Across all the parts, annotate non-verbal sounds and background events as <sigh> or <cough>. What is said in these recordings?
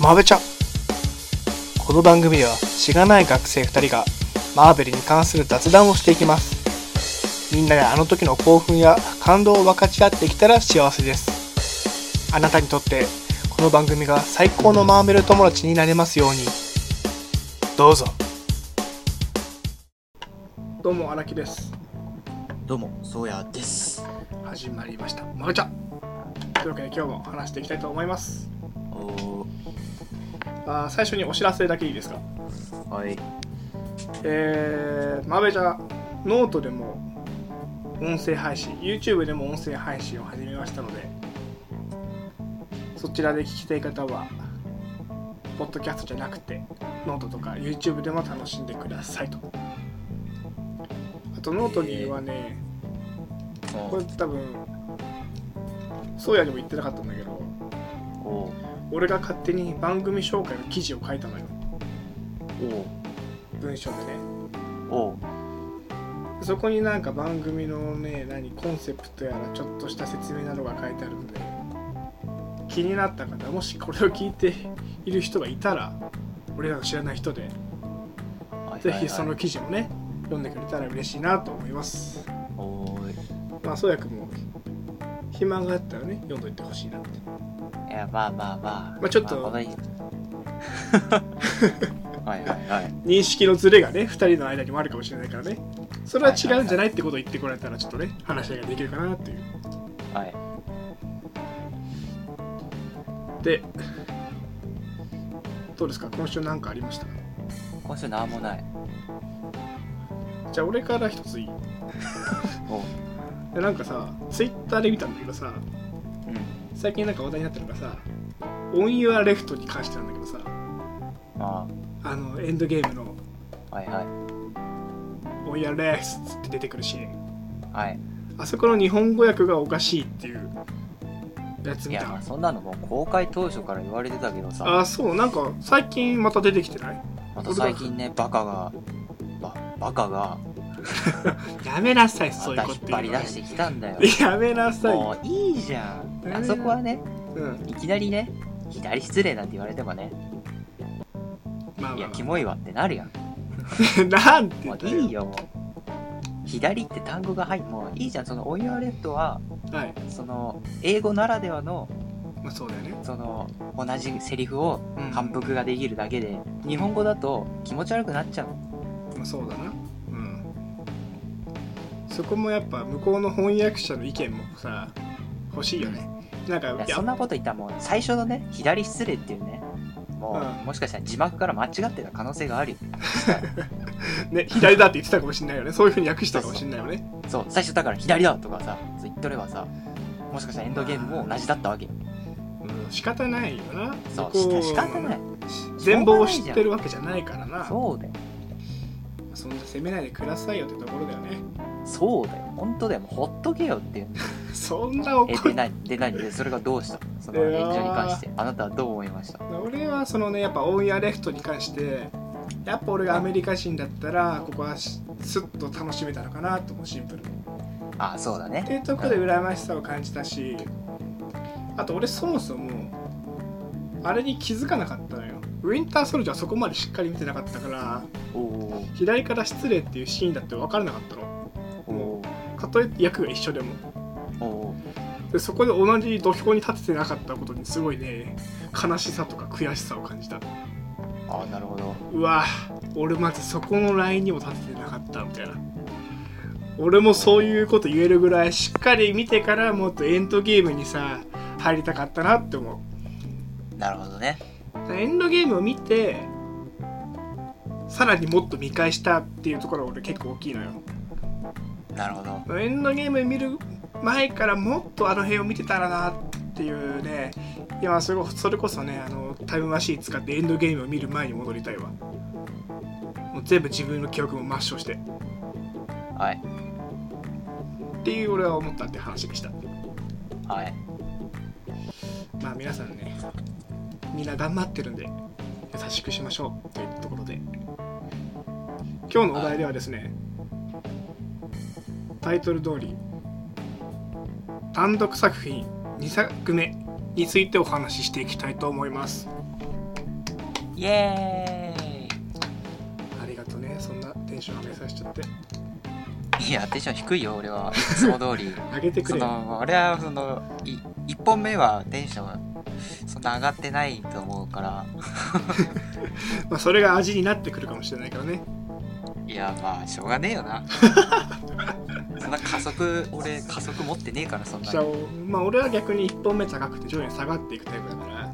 マブチャこの番組ではしがない学生2人がマーベルに関する雑談をしていきますみんなであの時の興奮や感動を分かち合ってきたら幸せですあなたにとってこの番組が最高のマーベル友達になれますようにどうぞどうも荒木ですどうも、そうやです。始まりましたマブチャというわけで今日も話していきたいと思いますおあー最初にお知らせだけいいですかー、はい。えー、マベジャノートでも音声配信 YouTube でも音声配信を始めましたのでそちらで聞きたい方はポッドキャストじゃなくてノートとか YouTube でも楽しんでくださいとあとノートにはねこれ多分そうやにも言ってなかったんだけどおー、俺が勝手に番組紹介の記事を書いたのよ文章でねおー、おー、そこになんか番組のね何コンセプトやらちょっとした説明などが書いてあるので気になった方もしこれを聞いている人がいたら俺らの知らない人ではいぜひそのはい記事もね読んでくれたら嬉しいなと思いますはいおーまあそうやくんも暇があったらね読んどいてほしいなっていや、まあまあまあ。まあちょっとまあまだいいはいはいはい。認識のズレがね2人の間にもあるかもしれないからねそれは違うんじゃないってことを言ってこられたらちょっとね話し合いができるかなっていうはい。でどうですか今週何かありました今週なんもない。じゃあ俺から一ついいおー、でなんかさツイッターで見たんだけどさうん。最近なんか話題になってるのがさ「オン・ユア・レフト」に関してなんだけどさああのエンドゲームのー、はいは「い。オン・ユア・レフト」って出てくるシーンはい。あそこの日本語訳がおかしいっていうやつい見や、たまあそんなのもう公開当初から言われてたけどさ、あそうなんか最近また出てきてないまた最近ね、バカが、ババカが、やめなさいそうまいうこた引っと張り言うの <laughs> 出してきたんだよ。やめなさいもういいじゃん。あそこはね、うんいきなりね、左失礼なんて言われてもね、まあまいあや、まキモいわってなるやん。あ <laughs> なんて言もっうたいいよ、もう。左って単語が入ってもういいじゃん。そのオイアーレットは、はいその、英語ならではの、まあそうだよねその、同じセリフをうん反復ができるだけで、日本語だと気持ち悪くなっちゃう。まあ、そうだなうんそこもやっぱ向こうの翻訳者の意見もさ欲しいよねなんかいや、いやそんなこと言ったらもう、最初のね、左失礼っていうね、もう、うんもしかしたら字幕から間違ってた可能性があるよ。ね左だって言ってたかもしれないよねそういうふうに訳したかもしれないよねそう、最初だから左だとかさ、そう言っとればさ、もしかしたらエンドゲームも同じだったわけよ。うん仕方ないよなそ向う、しこた仕方ない。全貌を知ってるわけじゃないからなそそうだよ。んな責めないでくださいよってところだよね <laughs> そうだよ。本当だよ。もう <laughs> ほっとけよっていう。そんな怒え、っで、な、で、なで、それがどうしたそのいやー炎上に関して、あなたはどう思いました俺はそのねやっぱオン・ヤレフトに関してやっぱ俺がアメリカ人だったらここはしスッと楽しめたのかなと思うシンプルにあ、そうだっね。ていうところで羨ましさを感じたしあと俺そもそもあれに気づかなかったのよウィンターソルジャーはそこまでしっかり見てなかったからおお左から失礼っていうシーンだって分からなかったのおおかといって役が一緒でもおおでそこで同じ土俵に立ててなかったことにすごいね悲しさとか悔しさを感じたあ、なるほど。うわ俺まずそこのラインにも立ててなかったみたいな俺もそういうこと言えるぐらいしっかり見てからもっとエンドゲームにさ入りたかったなって思なるほどね。うエンドゲームを見てさらにもっと見返したっていうところが俺結構大きいのよなるほど。エンドゲーム見る前からもっとあの辺を見てたらなっていうね今それこそれこそねあのタイムマシーン使ってエンドゲームを見る前に戻りたいわもう全部自分の記憶も抹消してはい。っていう俺は思ったって話でしたはい。まあ皆さんねみんな頑張ってるんで優しくしましょうというところで今日のお題ではですねタイトル通り単独作品2作目についてお話ししていきたいと思いますイエーありがとねそんなテンション上げさせちゃってイいやテンション低いよ俺はいつも通 <laughs> り上げてくそれよの俺はそのい1本目はテンションがそんな上がってないと思うからまあ、それが味になってくるかもしれないからねいやまあしょうがねえよ <laughs> なそんな加速俺加速持ってねえからそんなじゃあ、まあ、俺は逆に1本目高くて徐々に下がっていくタイプだから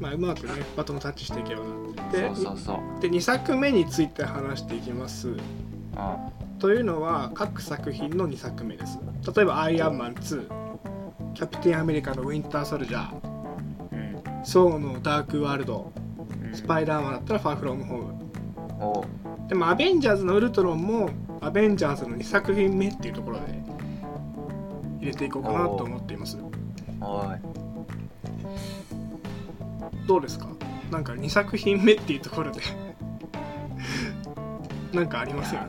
まあうまくねバトンタッチしていけばなってそうそうそう、うん、で2作目について話していきますというのは各作品の2作目です例えば「アイアンマン2」「キャプテンアメリカのウィンター・ソルジャー」「ソーのダーク・ワールド」「スパイイダーマン」だったら「ファー・フロム・ホームおう」でも「アベンジャーズ」の「ウルトロン」も「アベンジャーズ」の2作品目っていうところで入れていこうかなと思っていますおいどうですかなんか2作品目っていうところで <laughs> なんかありますよね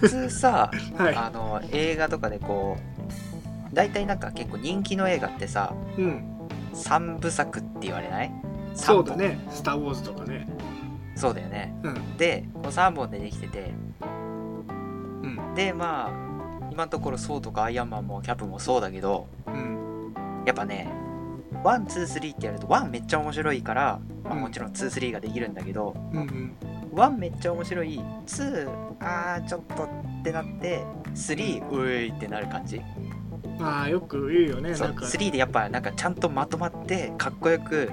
普 <laughs> 通さ、はあの映画とかでこう大体なんか結構人気の映画ってさい、うん、 3部作って言われない三そ本うだね「スター・ウォーズ」とかねそうだよねうんでこの3本でできててうんでまあ今のところそうとかアイアンマンもキャップもそうだけどうんやっぱね123ってやると1めっちゃ面白いから、まあうんもちろん23ができるんだけどうんうん1めっちゃ面白い2あーちょっとってなって3うえいってなる感じまあよく言うよねそなうんか3でやっぱなんかちゃんとまとまってかっこよく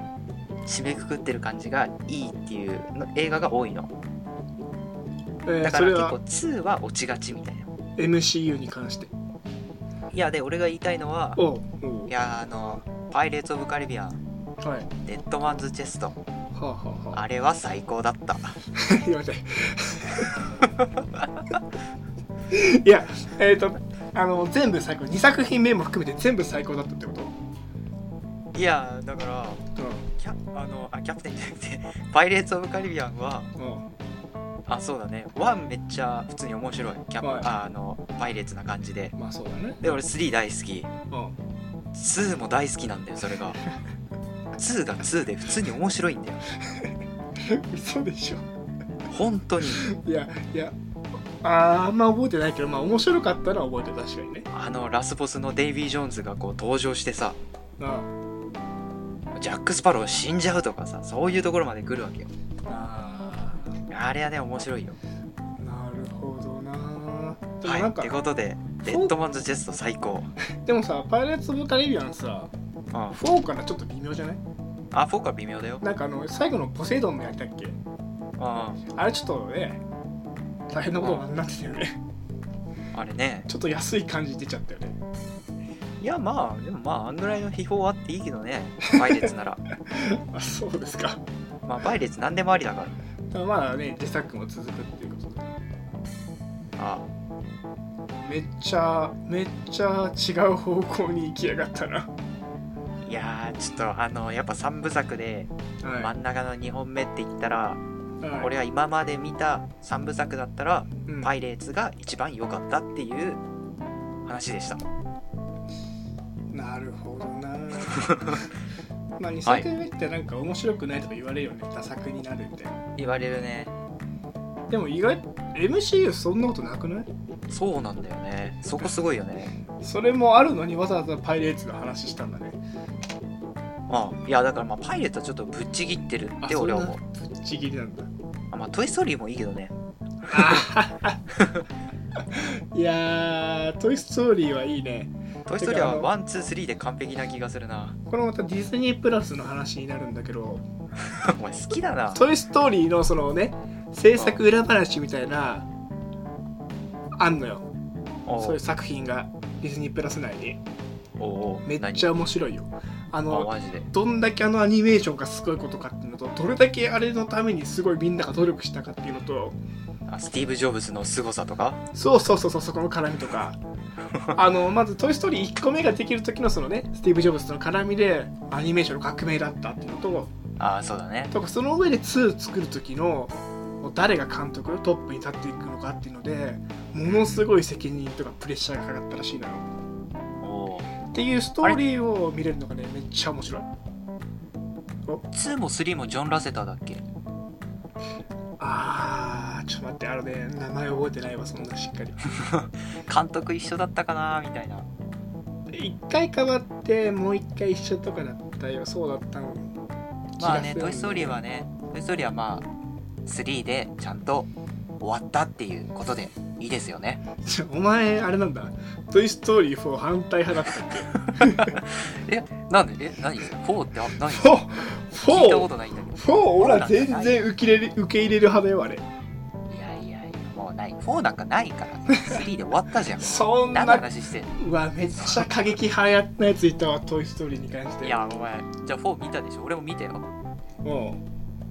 締めくくってる感じがいいっていうの映画が多いのえだーかそられ結構は2は落ちがちみたいな MCU に関していやで俺が言いたいのはおうおういやあの「パイレーツ・オブ・カリビアン」はいは「デッドマンズ・チェストあは」あはああれは最高だったい <laughs> や待っていやえっ、とあの全部最高2作品目も含めて全部最高だったってこといやだからキャあのあキャプテンじゃなくて <laughs> 「パイレーツ・オブ・カリビアンは」うんうんあそうだね1めっちゃ普通に面白いキャプ、はいああのパイレーツな感じでまあそうだねで俺3大好きう2も大好きなんだよそれ <laughs> が2が2で普通に面白いんだよん嘘でしょ本当にいやいやあーあんま覚えてないけどまあ面白かったら覚えてる確かにねあのラスボスのデイビー・ジョーンズがこう登場してさあジャック・スパロー死んじゃうとかさそういうところまで来るわけよああれはね面白いよなるほどなでもはいなんってかことでそうデッドマンズ・チェスト最高でもさ「パイレーツ・オブ・カリビアン」さうんあ4からちょっと微妙じゃない4から微妙だよなんかあの最後のポセイドンのやったっけうんああれちょっとね大変なことになってたよね <laughs> れねちょっと安い感じ出ちゃったよねいやまあでもまああんぐらいの秘宝あっていいけどねパイレーツなら <laughs> あそうですかまあパイレーツ何でもありだからでもまだね自作も続くっていうことであめっちゃめっちゃ違う方向に行きやがったな、いやーちょっとあのやっぱ3部作ではい真ん中の2本目って言ったら、はい俺は今まで見た3部作だったら、うんパイレーツが一番良かったっていう話でしたなるほどなまあ2作目ってなんか面白くないとか言われるよね打作になるみたいな言われるねでも意外 MCU そんなことなくないそうなんだよねそこすごいよねそれもあるのにわざわざパイレーツの話したんだねうんいやだからまあパイレーツはちょっとぶっちぎってるあって俺は思うそんなぶっちぎりなんだあまあ「トイ・ストーリー」もいいけどねいやー「トイ・ストーリー」はいいね「トイ・ストーリー」はワンツースリーで完璧な気がするな <laughs> これまたディズニープラスの話になるんだけどお前好き「だなトイ・ストーリー」のそのね制作裏話みたいなあんのよおそういうう作品がディズニープラス内におうめっちゃ面白いよあ何あのマジでどんだけあのアニメーションがすごいことかっていうのとどれだけあれのためにすごいみんなが努力したかっていうのとあスティーブ・ジョブズの凄さとかそうそうそうそうそこの絡みとか <laughs> あのまず「トイ・ストーリー」1個目ができる時のそのねスティーブ・ジョブズとの絡みでアニメーションの革命だったっていうのとああそうだねとかその上で2作る時のもう誰が監督トップに立っていくのかっていうのでものすごい責任とかプレッシャーがかかったらしいのよおおっていうストーリーを見れるのがねめっちゃ面白いお2も3もジョン・ラセターだっけあーちょっと待ってあれね名前覚えてないわそんなしっかり監督一緒だったかなみたいな一回変わってもう一回一緒とかだったよそうだったのまあね「トイ・ストーリー」ははね「トイ・ストーリー」はまあ3でちゃんと終わったっていうことでいいですよねお前あれなんだ「トイ・ストーリー4」反対派だったっけえなんでえ何4ってあ何フォー聞いフたォこーとないんだけどフォー俺は全然受け入れる受け入れる派だよあれいやいやいやもうない4なんかないから3で終わったじゃん <laughs> そん何のな話してんのうわめっちゃ過激派やったやついたわ「トイ・ストーリー」に関していやお前じゃあ4見たでしょ俺も見たよも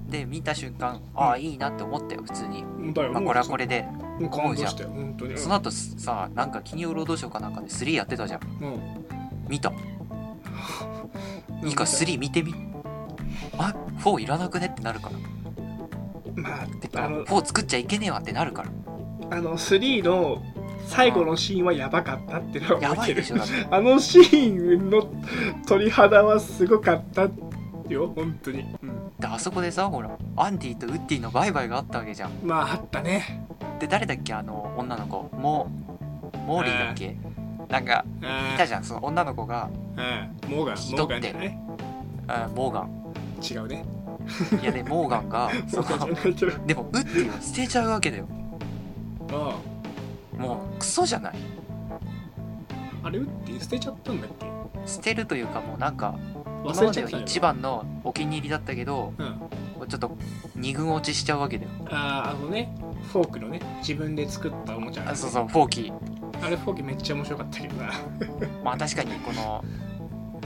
で見た瞬間ああいいなって思ったよ普通に、うんだよまあ、もうこれはこれでもう感動したよ本当にその後すさなんか金曜ロードショーかなんかで3やってたじゃんうん見たうんいいか3見てみあ4いらなくねってなるからまあてあかの4作っちゃいけねえわってなるからあの3の最後のシーンはやばかったっていうのはやば覚えいてでるしょだって <laughs> あのシーンの鳥肌はすごかったよ本当に、うん、であそこでさほらアンディとウッディのバイバイがあったわけじゃんまああったねで誰だっけあの女の子モーモーリーだっけなんかいたあじゃんその女の子があモーガン人ってモーガンじゃないあモーガン違うねいやでモーガンがそモーガンじゃのないけどでもウッディは捨てちゃうわけだよあもうクソじゃないああれウッディ捨てちゃったんだっけ捨てるというかもうなんか今忘まれちでゃはったよ一番のお気に入りだったけどうんちょっと二軍落ちしちゃうわけだよあーあのねフォークのね自分で作ったおもちゃあそうそうフォーキーあれフォークめっちゃ面白かったけどなまあ確かにこの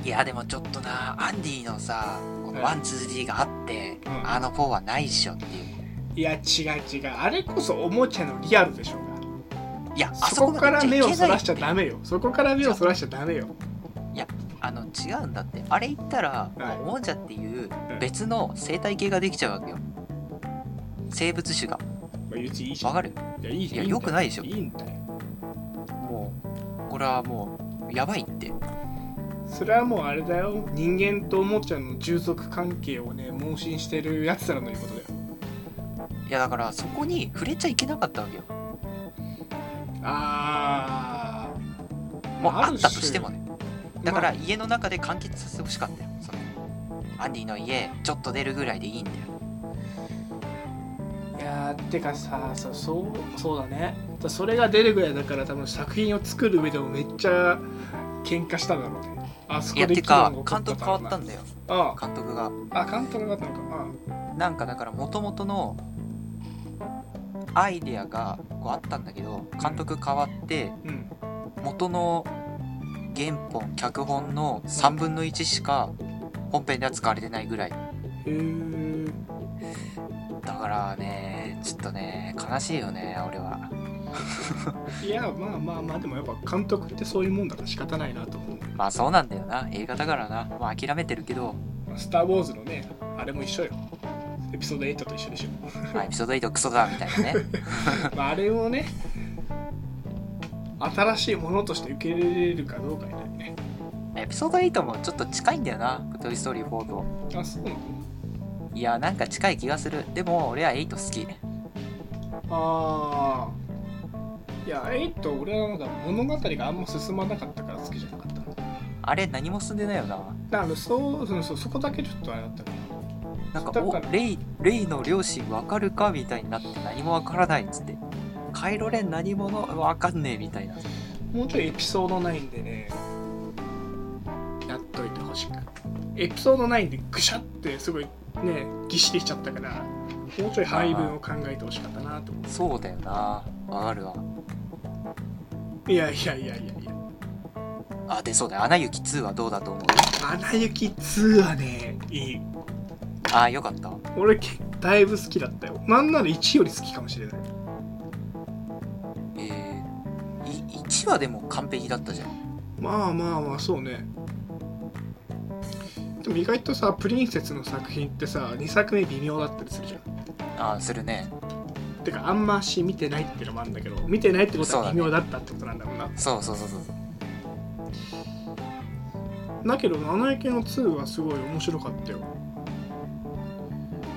いやでもちょっとなアンディのさこのはいワンツー D があって、うんあの4はないっしょっていういや違う違うあれこそおもちゃのリアルでしょうがいやあそこまでから目を行っちそゃいけないらしちゃダメよそこから目をそらしちゃダメよあの違うんだってあれ言ったら、はいおもちゃっていう別の生態系ができちゃうわけよ生物種がまあ、うちいいじゃわんかるいやいいいじゃんやよくないでしょいいんだよもうこれはもうやばいってそれはもうあれだよ人間とおもちゃの従属関係をね盲信してるやつらの言うことだよいやだからそこに触れちゃいけなかったわけよあもうまああったとしてもねーだからま家の中で完結させてほしかったよそのアンディの家ちょっと出るぐらいでいいんだよあいやーてかさそそうそうだねだそれが出るぐらいだから多分作品を作る上でもめっちゃ喧嘩したんだろうねあそいこやでてか議論が監起こ督変わっなたんだよあ監督がああ監督があったのかなんかだから元々のアイデアがこうあったんだけど監督変わってうんうん元の原本脚本の3分の1しか本編では使われてないぐらいへえだからねちょっとね悲しいよね俺はいやまあまあまあでもやっぱ監督ってそういうもんだから仕方ないなと思うまあそうなんだよな映画だからなまあ諦めてるけど、 「スター・ウォーズ」のねあれも一緒よエピソード8と一緒でしょ <laughs> まあ、エピソード8クソだみたいなねまあ、あれをね新しいものとして受け入れれるかどうかになるねエピソード8もちょっと近いんだよな「トイ・ストーリー4」とあそうなのいやなんか近い気がするでも俺は8好きああいや8俺はまだ物語があんま進まなかったから好きじゃなかっただあれ何も進んでないよなからそうそうそうそこだけちょっとあれだったかなんかだおからレイレイの両親わかるかみたいになって何もわからないっつってカイロレン何者わかんねえみたいならもうちょいエピソード9でねやっといてほしくエピソード9でぐしゃってすごいねぎしりしちゃったからもうちょい配分を考えてほしかったなと思そうだよなわかるわういやいやいやいやいやあでそうだよ「アナ雪2」はどうだと思う「アナ雪2」はねいいあーよかった俺けだいぶ好きだったよなんなら1より好きかもしれないえー、い1はでも完璧だったじゃんまあまあまあそうねでも意外とさプリンセスの作品ってさ2作目微妙だったりするじゃんあーするねてかあんま足見てないってのもあるんだけど見てないってことそうはだ微ね妙だったってことなんだもんなだ,、そうそうそうそうけど「アナ雪の2」はすごい面白かったよ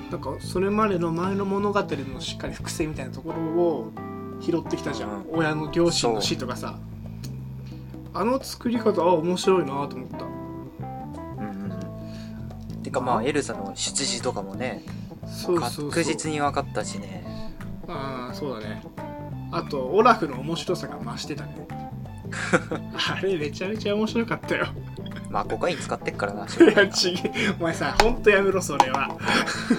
なんかそれまでの前の物語のしっかり伏線みたいなところを拾ってきたじゃん、う親の両親の死とかさあの作り方は面白いなと思ったうんうんうんてかまあエルサの出自とかもねそうそうそう確実に分かったしねああそうだねあとオラフの面白さが増してた <laughs> ねあれめちゃめちゃ面白かったよまあコカイン使ってっからな <laughs> いやちげえお前さほんとやめろそれは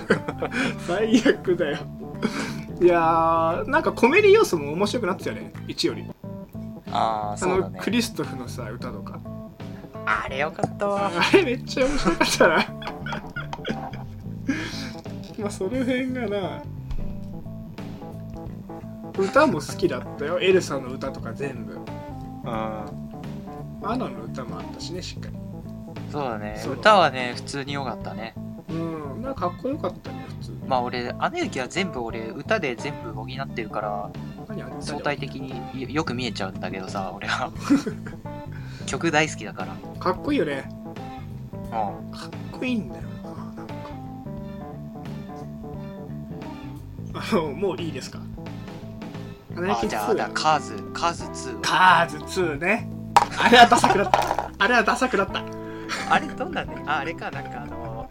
<laughs> 最悪だよいやーなんかコメディ要素も面白くなってたよね1よりあああそうのだねクリストフのさ歌とかあれよかったわあれめっちゃ面白かった <laughs> なまあその辺がな歌も好きだったよエルサの歌とか全部うんアナの歌もあったしねしっかりそうだねそう歌はね普通に良かったねうんなんかかっこよかったね普通まあ俺姉雪は全部俺歌で全部補ってるから何あれ相対的によよく見えちゃうんだけどさ <laughs> 俺は曲大好きだからかっこいいよねうんかっこいいんだよななんかあのもういいですか <laughs> アナあ雪じゃあだ2カーズカーズ2をカーズ2ねあれはダサくなったあれはダサくなった <laughs> あれどんなねああれかなんかあの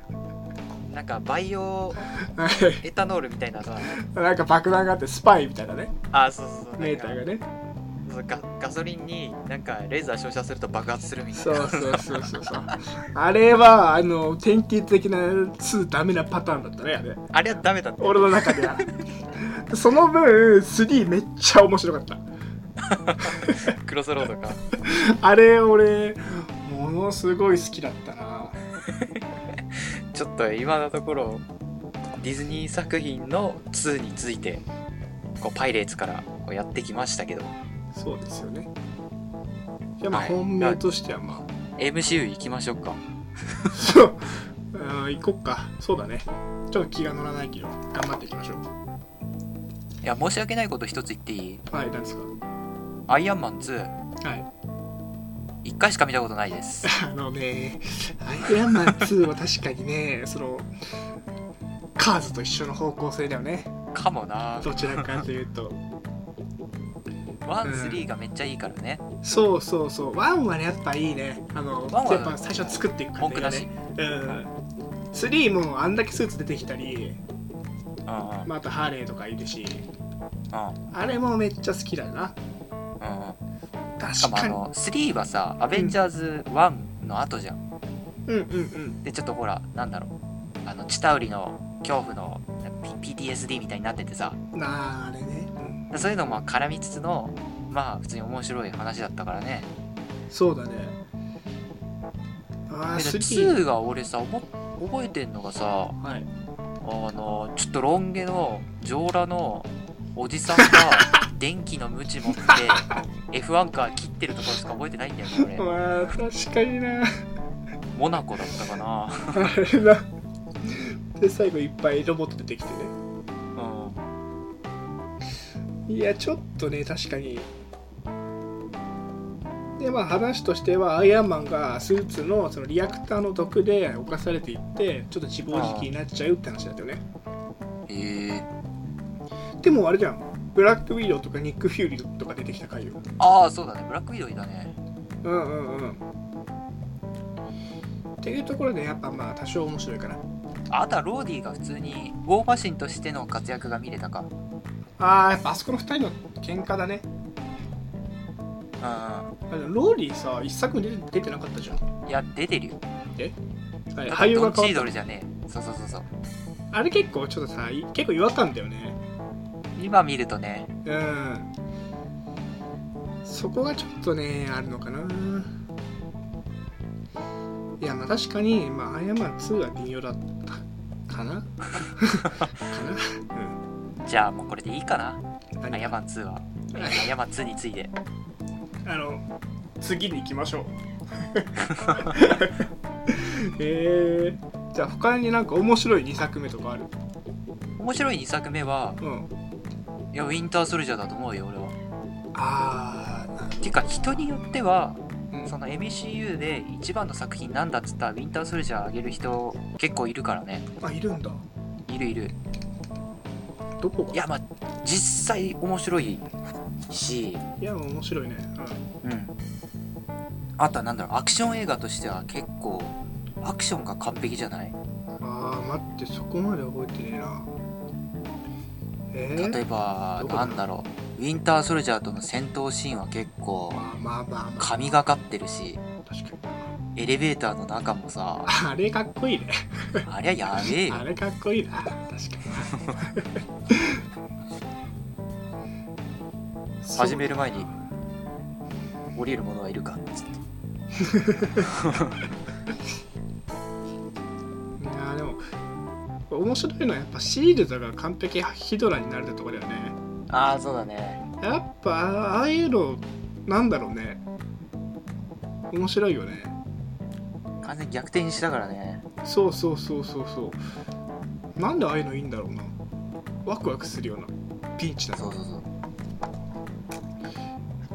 なんか培養はいエタノールみたいなさなんか爆弾があってスパイみたいなねあそうそうそうメーターがねそうガガソリンになんかレーザー照射すると爆発するみたいそうなそうそうそうそうあれはあの典型的な2ダメなパターンだったねあれあれはダメだって俺の中ではその分3めっちゃ面白かったクロスロードかあれ俺ものすごい好きだったなちょっと今のところディズニー作品の2についてこうパイレーツからこうやってきましたけどそうですよねじゃあまあはい本命としてはま MCU 行きましょうかあそううん行こっかそうだねちょっと気が乗らないけど頑張っていきましょういや申し訳ないこと一つ言っていいはい何ですかアイアンマン2はい一回しか見たことないですあのね、アイアンマン2は確かにね、その、カーズと一緒の方向性だよね、かもなどちらかというと。ワンうんスリーがめっちゃいいからねそうそうそう、ワンはね、やっぱいいね、あの、ワンはやっぱ最初作っていく過文程句がなしね。うん3もあんだけスーツ出てきたり、うんうんまたハーレーとかいるし、うんあれもめっちゃ好きだよな。うんうんしか確もあかに。の3はさ「アベンジャーズ1」の後じゃんうんうんうん。でちょっとほらなんだろうあのチタウリの恐怖の P- PTSD みたいになっててさなあ、あれね。うんそういうのも絡みつつのまあ普通に面白い話だったからねそうだね。ああ、で3。 2が俺さおも覚えてんのがさはい。あのちょっとロン毛の上裸のおじさんが電気のムチ持って F1 カー切ってるところしか覚えてないんだよね俺まあ、確かにな。モナコだったかなあれなで最後いっぱいロボット出てきてねうんいやちょっとね確かにでまあ話としてはアイアンマンがスーツのそのリアクターの毒で侵されていってちょっと自暴自棄になっちゃうって話だったよねへえでもあれじゃんブラックウィドウとかニック・フューリーとか出てきた回よああそうだねブラックウィドウいたねうんうんうんっていうところでやっぱまあ多少面白いかなあとはローディが普通にウォーマシンとしての活躍が見れたかあーやっぱあそこの2人の喧嘩だねうあのローリーさ一作目出て出てなかったじゃん、んいや出てるよはい、だっ俳て優ドがンチ変わっーたドルじゃねえそうそうそうそうあれ結構ちょっとさい結構違和感だよね今見るとねうんそこがちょっとねあるのかないやまあ確かにまあアイアンマン2は微妙だったかなかなじゃあもうこれでいいかなうんア何イアンマン2ははいアイアンマン2についてあの次に行きましょう <laughs> えー、じゃあ他になんか面白い2作目とかある面白い2作目はうんいやウィンターソルジャーだと思うよ俺はああてか人によってはうんその MCU で一番の作品なんだっつったらウィンターソルジャーあげる人結構いるからねあいるんだいいるいるどこがいやまあ実際面白いし、いや面白いね、うん、あとはなんだろうアクション映画としては結構アクションが完璧じゃないうん、あー待ってそこまで覚えてねえなえー、例えばどこだなんだろうウィンターソルジャーとの戦闘シーンは結構まあまあまあまあ神がかってるし確かにエレベーターの中 <laughs> もさあれかっこいいねありゃやべえよあれかっこいいな確かにそう始める前に降りる者はいるかつっていやーでも面白いのはやっぱシールドが完璧ヒドラになれたとこだよねああそうだねやっぱあああいうのなんだろうね面白いよね完全に逆転したからねそうそうそうそうそうなんでああいうのいいんだろうなワクワクするようなピンチだそうそうそう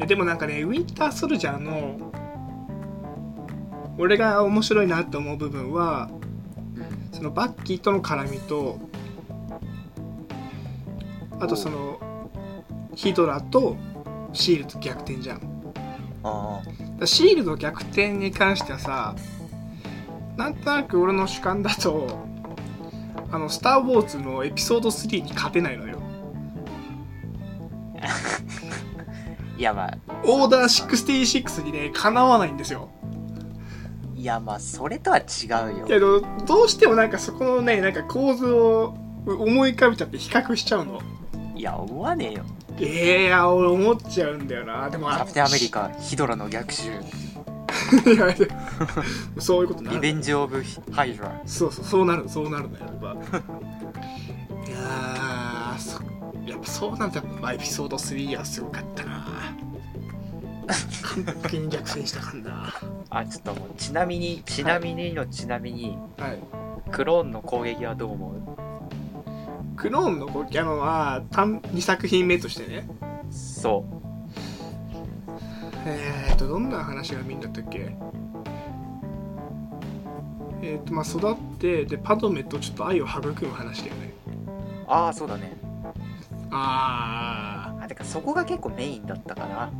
えでもなんかねウィンターソルジャーの俺が面白いなと思う部分はうんそのバッキーとの絡みとあとそのヒドラとシールド逆転じゃんだかああらシールド逆転に関してはさなんとなく俺の主観だと「あのスター・ウォーズ」のエピソード3に勝てないのよいやまあオーダー66にねかなわないんですよいやまあそれとは違うよいやでもどうしてもなんかそこのねなんか構図を思い浮かべちゃって比較しちゃうのいや思わねえよええいや俺思っちゃうんだよなでもキャプテンアメリカヒドラの逆襲 <laughs> いやでもそういうことなリるベンジ・オブ・ハイドラそうそうそうなるそうなるんだよやっぱいやーそやっぱそうなんだやっぱエピソード3はすごかったな完璧に逆転したかん <laughs> だはあちょっともうちなみにちなみにのちなみに、いクローンの攻撃はどう思クローンのこうキャノは単2作品目としてねうそえー、とどんな話が見んだったっけえー、とまあ育ってでパドメとちょっと愛を育む話だよねうああそうだねああてかそこが結構メインだったかなー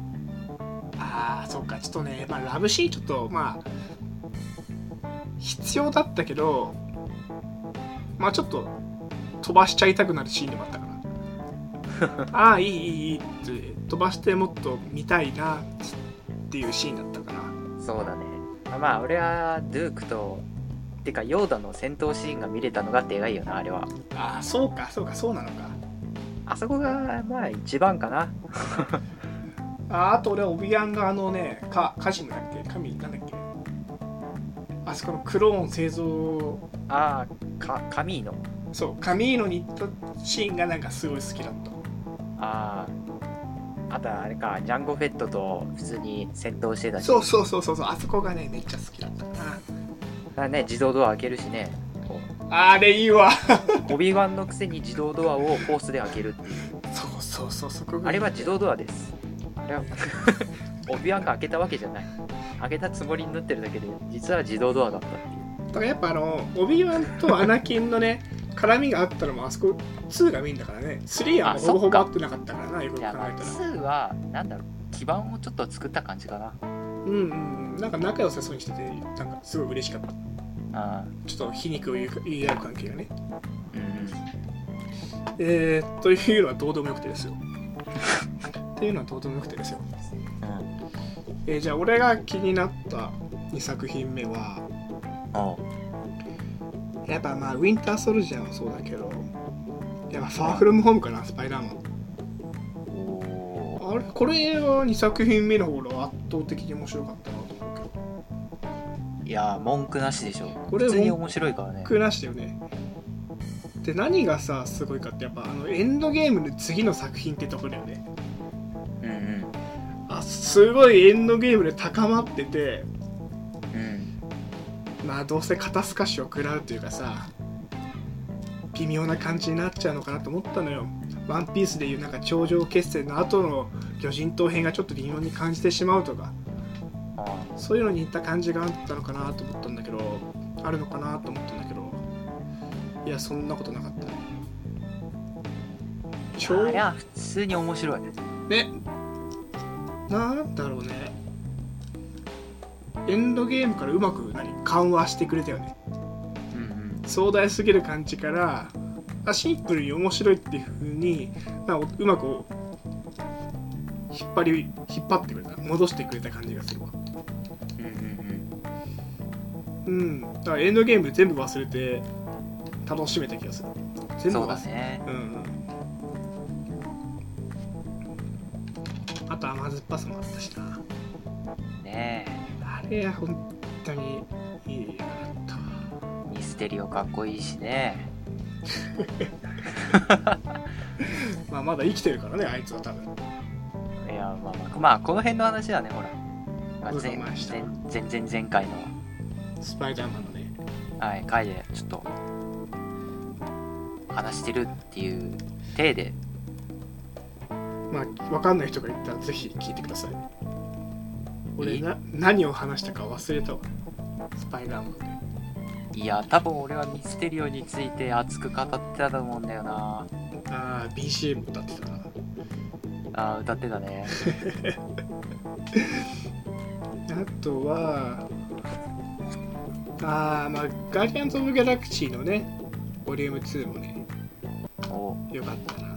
あーそっかちょっとね、まあ、ラブシーンちょっとまあ必要だったけどまあちょっと飛ばしちゃいたくなるシーンでもあったから <laughs> ああいいいいいいって飛ばしてもっと見たいなっていうシーンだったからそうだねまあ俺はドゥークとてかヨーダの戦闘シーンが見れたのがでかいよなあれはああそうかそうかそうなのかあそこがまあ一番かなああと俺オビアンがあのねカカジムだっけ神なんだっけあそこのクローン製造ああかカミーノそうカミーノに行ったシーンがなんかすごい好きだったあああとはあれかジャンゴフェットと普通に戦闘してたしそうそうそうそうそうあそこがねめっちゃ好きだったなあね自動ドア開けるしねこうあれいいわオビワンのくせに自動ドアをホースで開けるっていうそうそうそうそこがあれは自動ドアですあれは <laughs> オビワンが開けたわけじゃない開けたつもりになってるだけで実は自動ドアだったっていうだからやっぱあのオビワンとアナキンのね絡みがあったのもあそこ2がメインだからね3はもうあほぼほぼそ合っかってなかったからなよくい考や、えたまあ、ら2は、なんだろう、基盤をちょっと作った感じかな。うんうんうんなんか仲良さそうにしててなんかすごい嬉しかったあちょっと皮肉を言う言い合う関係がねうんうん。えー、というのはどうでもよくてですよ。っていうのはどうでもよくてですよ。うん。えーじゃあ俺が気になった2作品目はおうやっぱまあウィンターソルジャーもそうだけどやっぱファーフルムホームかなスパイダーマン。おあれこれは2作品目の方が圧倒的に面白かったなと思うけど。ーいや、文句なしでしょ。これ普通に面白いからね。くなしだよね。で何がさすごいかってやっぱあのエンドゲームの次の作品ってとこだよね。うんうん。あすごいエンドゲームで高まっててうん。まあどうせ肩透かしを食らうというかさ微妙な感じになっちゃうのかなと思ったのよワンピースでいうなんか頂上決戦の後の魚人島編がちょっと微妙に感じてしまうとかあそういうのに似た感じがあったのかなと思ったんだけどあるのかなと思ったんだけどいやそんなことなかったね超あれは普通に面白いねなんだろうねエンドゲームからうまく何緩和してくれたよねうんうん壮大すぎる感じからあシンプルに面白いっていう風になんかうまく引っ張り引っ張ってくれた戻してくれた感じがするわうんうんうんだからエンドゲーム全部忘れて楽しめた気がするう全ん部そう忘れだねうんうんあと甘酸っぱさもあったしなねあれは本当にいい映画だったわえミステリオかっこいいしねまあまだ生きてるからねあいつは多分いやまあまあまあこの辺の話はねほら、まあ、どうぞ前前下前前前々回の、スパイダーマンのねはい、回でちょっと話してるっていう体でまあ分かんない人がいたらぜひ聞いてください俺いいな何を話したか忘れたわスパイダーマンでいや多分俺はミステリオについて熱く語ってたと思うんだよなああ BCM 歌ってたなあー歌ってたねあとはああまあガーディアンズ・オブ・ギャラクシーのねボリューム2もねおよかったな